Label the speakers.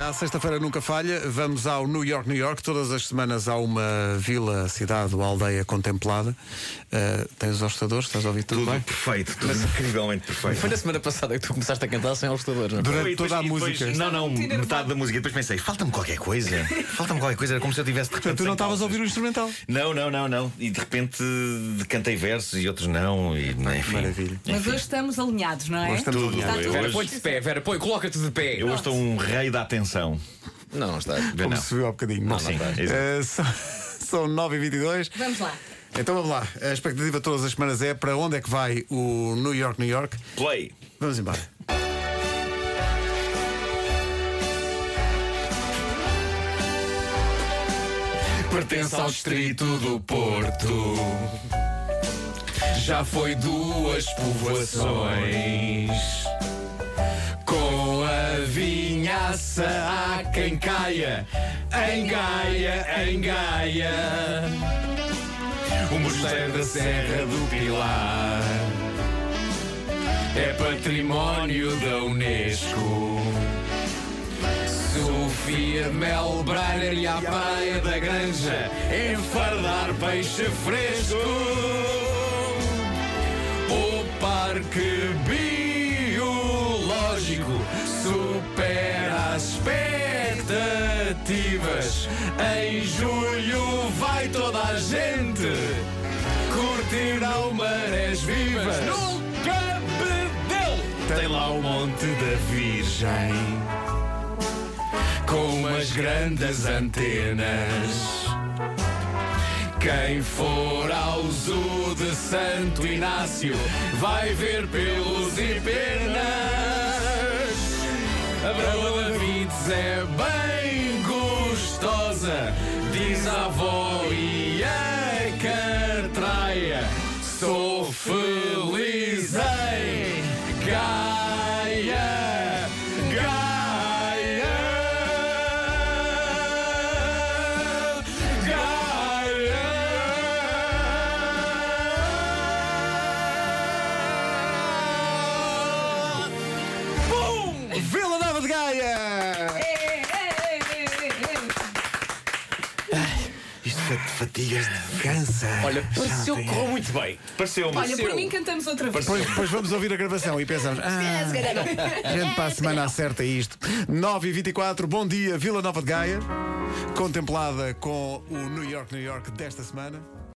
Speaker 1: A sexta-feira nunca falha. Vamos ao New York, New York. Todas as semanas há uma vila, cidade ou aldeia contemplada. Uh, tens os hostadores? Estás a ouvir tudo,
Speaker 2: Tudo
Speaker 1: bem?
Speaker 2: perfeito, tudo incrivelmente
Speaker 3: Foi
Speaker 2: perfeito.
Speaker 3: na semana passada que tu começaste a cantar sem alustadores, não? é?
Speaker 1: Durante
Speaker 2: Foi, e
Speaker 1: toda a
Speaker 2: e
Speaker 1: música.
Speaker 2: não, não, metade da música. E Depois pensei, falta-me qualquer coisa. Falta-me qualquer coisa. Era como se eu tivesse de repente.
Speaker 1: Portanto, tu não
Speaker 2: sem
Speaker 1: estavas a
Speaker 2: calças.
Speaker 1: ouvir o instrumental.
Speaker 2: Não, não, não, não. E de repente cantei versos e outros não. E, enfim.
Speaker 1: Maravilha.
Speaker 4: Mas hoje estamos alinhados, não é?
Speaker 1: Hoje estamos
Speaker 2: Tudo.
Speaker 1: alinhados.
Speaker 4: Está tudo
Speaker 2: Eu
Speaker 3: Vera,
Speaker 2: hoje-
Speaker 3: põe-te de pé, Vera, põe, coloca-te de pé.
Speaker 2: Eu hoje estou um rei da atenção.
Speaker 3: Não, não está.
Speaker 2: Vê,
Speaker 1: Como
Speaker 2: não.
Speaker 1: se viu há bocadinho. Bom,
Speaker 2: sim,
Speaker 1: eh,
Speaker 2: exato.
Speaker 1: são, são 9h22.
Speaker 4: Vamos lá.
Speaker 1: Então vamos lá. A expectativa todas as semanas é para onde é que vai o New York, New York.
Speaker 2: Play.
Speaker 1: Vamos embora.
Speaker 3: pertence ao distrito do Porto. Já foi duas povoações. Com a vinhaça há quem caia, em Gaia, em Gaia. O mosteiro da Serra do Pilar é património da Unesco. Sofia Mel Brainer e a praia da granja Enfardar peixe fresco O parque biológico Supera as expectativas Em julho vai toda a gente Curtir ao marés vivas No Cabedelo Tem lá o Monte da Virgem com umas grandes antenas. Quem for ao zoo de Santo Inácio vai ver pelos e penas. A broa da Vides é bem gostosa, diz a avó e a catraia. Sou feliz em Gaia, Gaia, Gaia.
Speaker 1: Vila Nova de
Speaker 4: É,
Speaker 1: Gaia!
Speaker 2: Isto é de fatigas de.
Speaker 1: Cansa!
Speaker 3: Olha, pareceu que
Speaker 1: tem-
Speaker 3: correu muito bem.
Speaker 2: Pareceu-me.
Speaker 4: Olha, por mim cantamos outra vez.
Speaker 1: Pois, pois vamos ouvir a gravação e pensamos. Ah, gente, para a semana acerta isto. 9 e 24 bom dia, Vila Nova de Gaia. Contemplada com o New York, New York desta semana.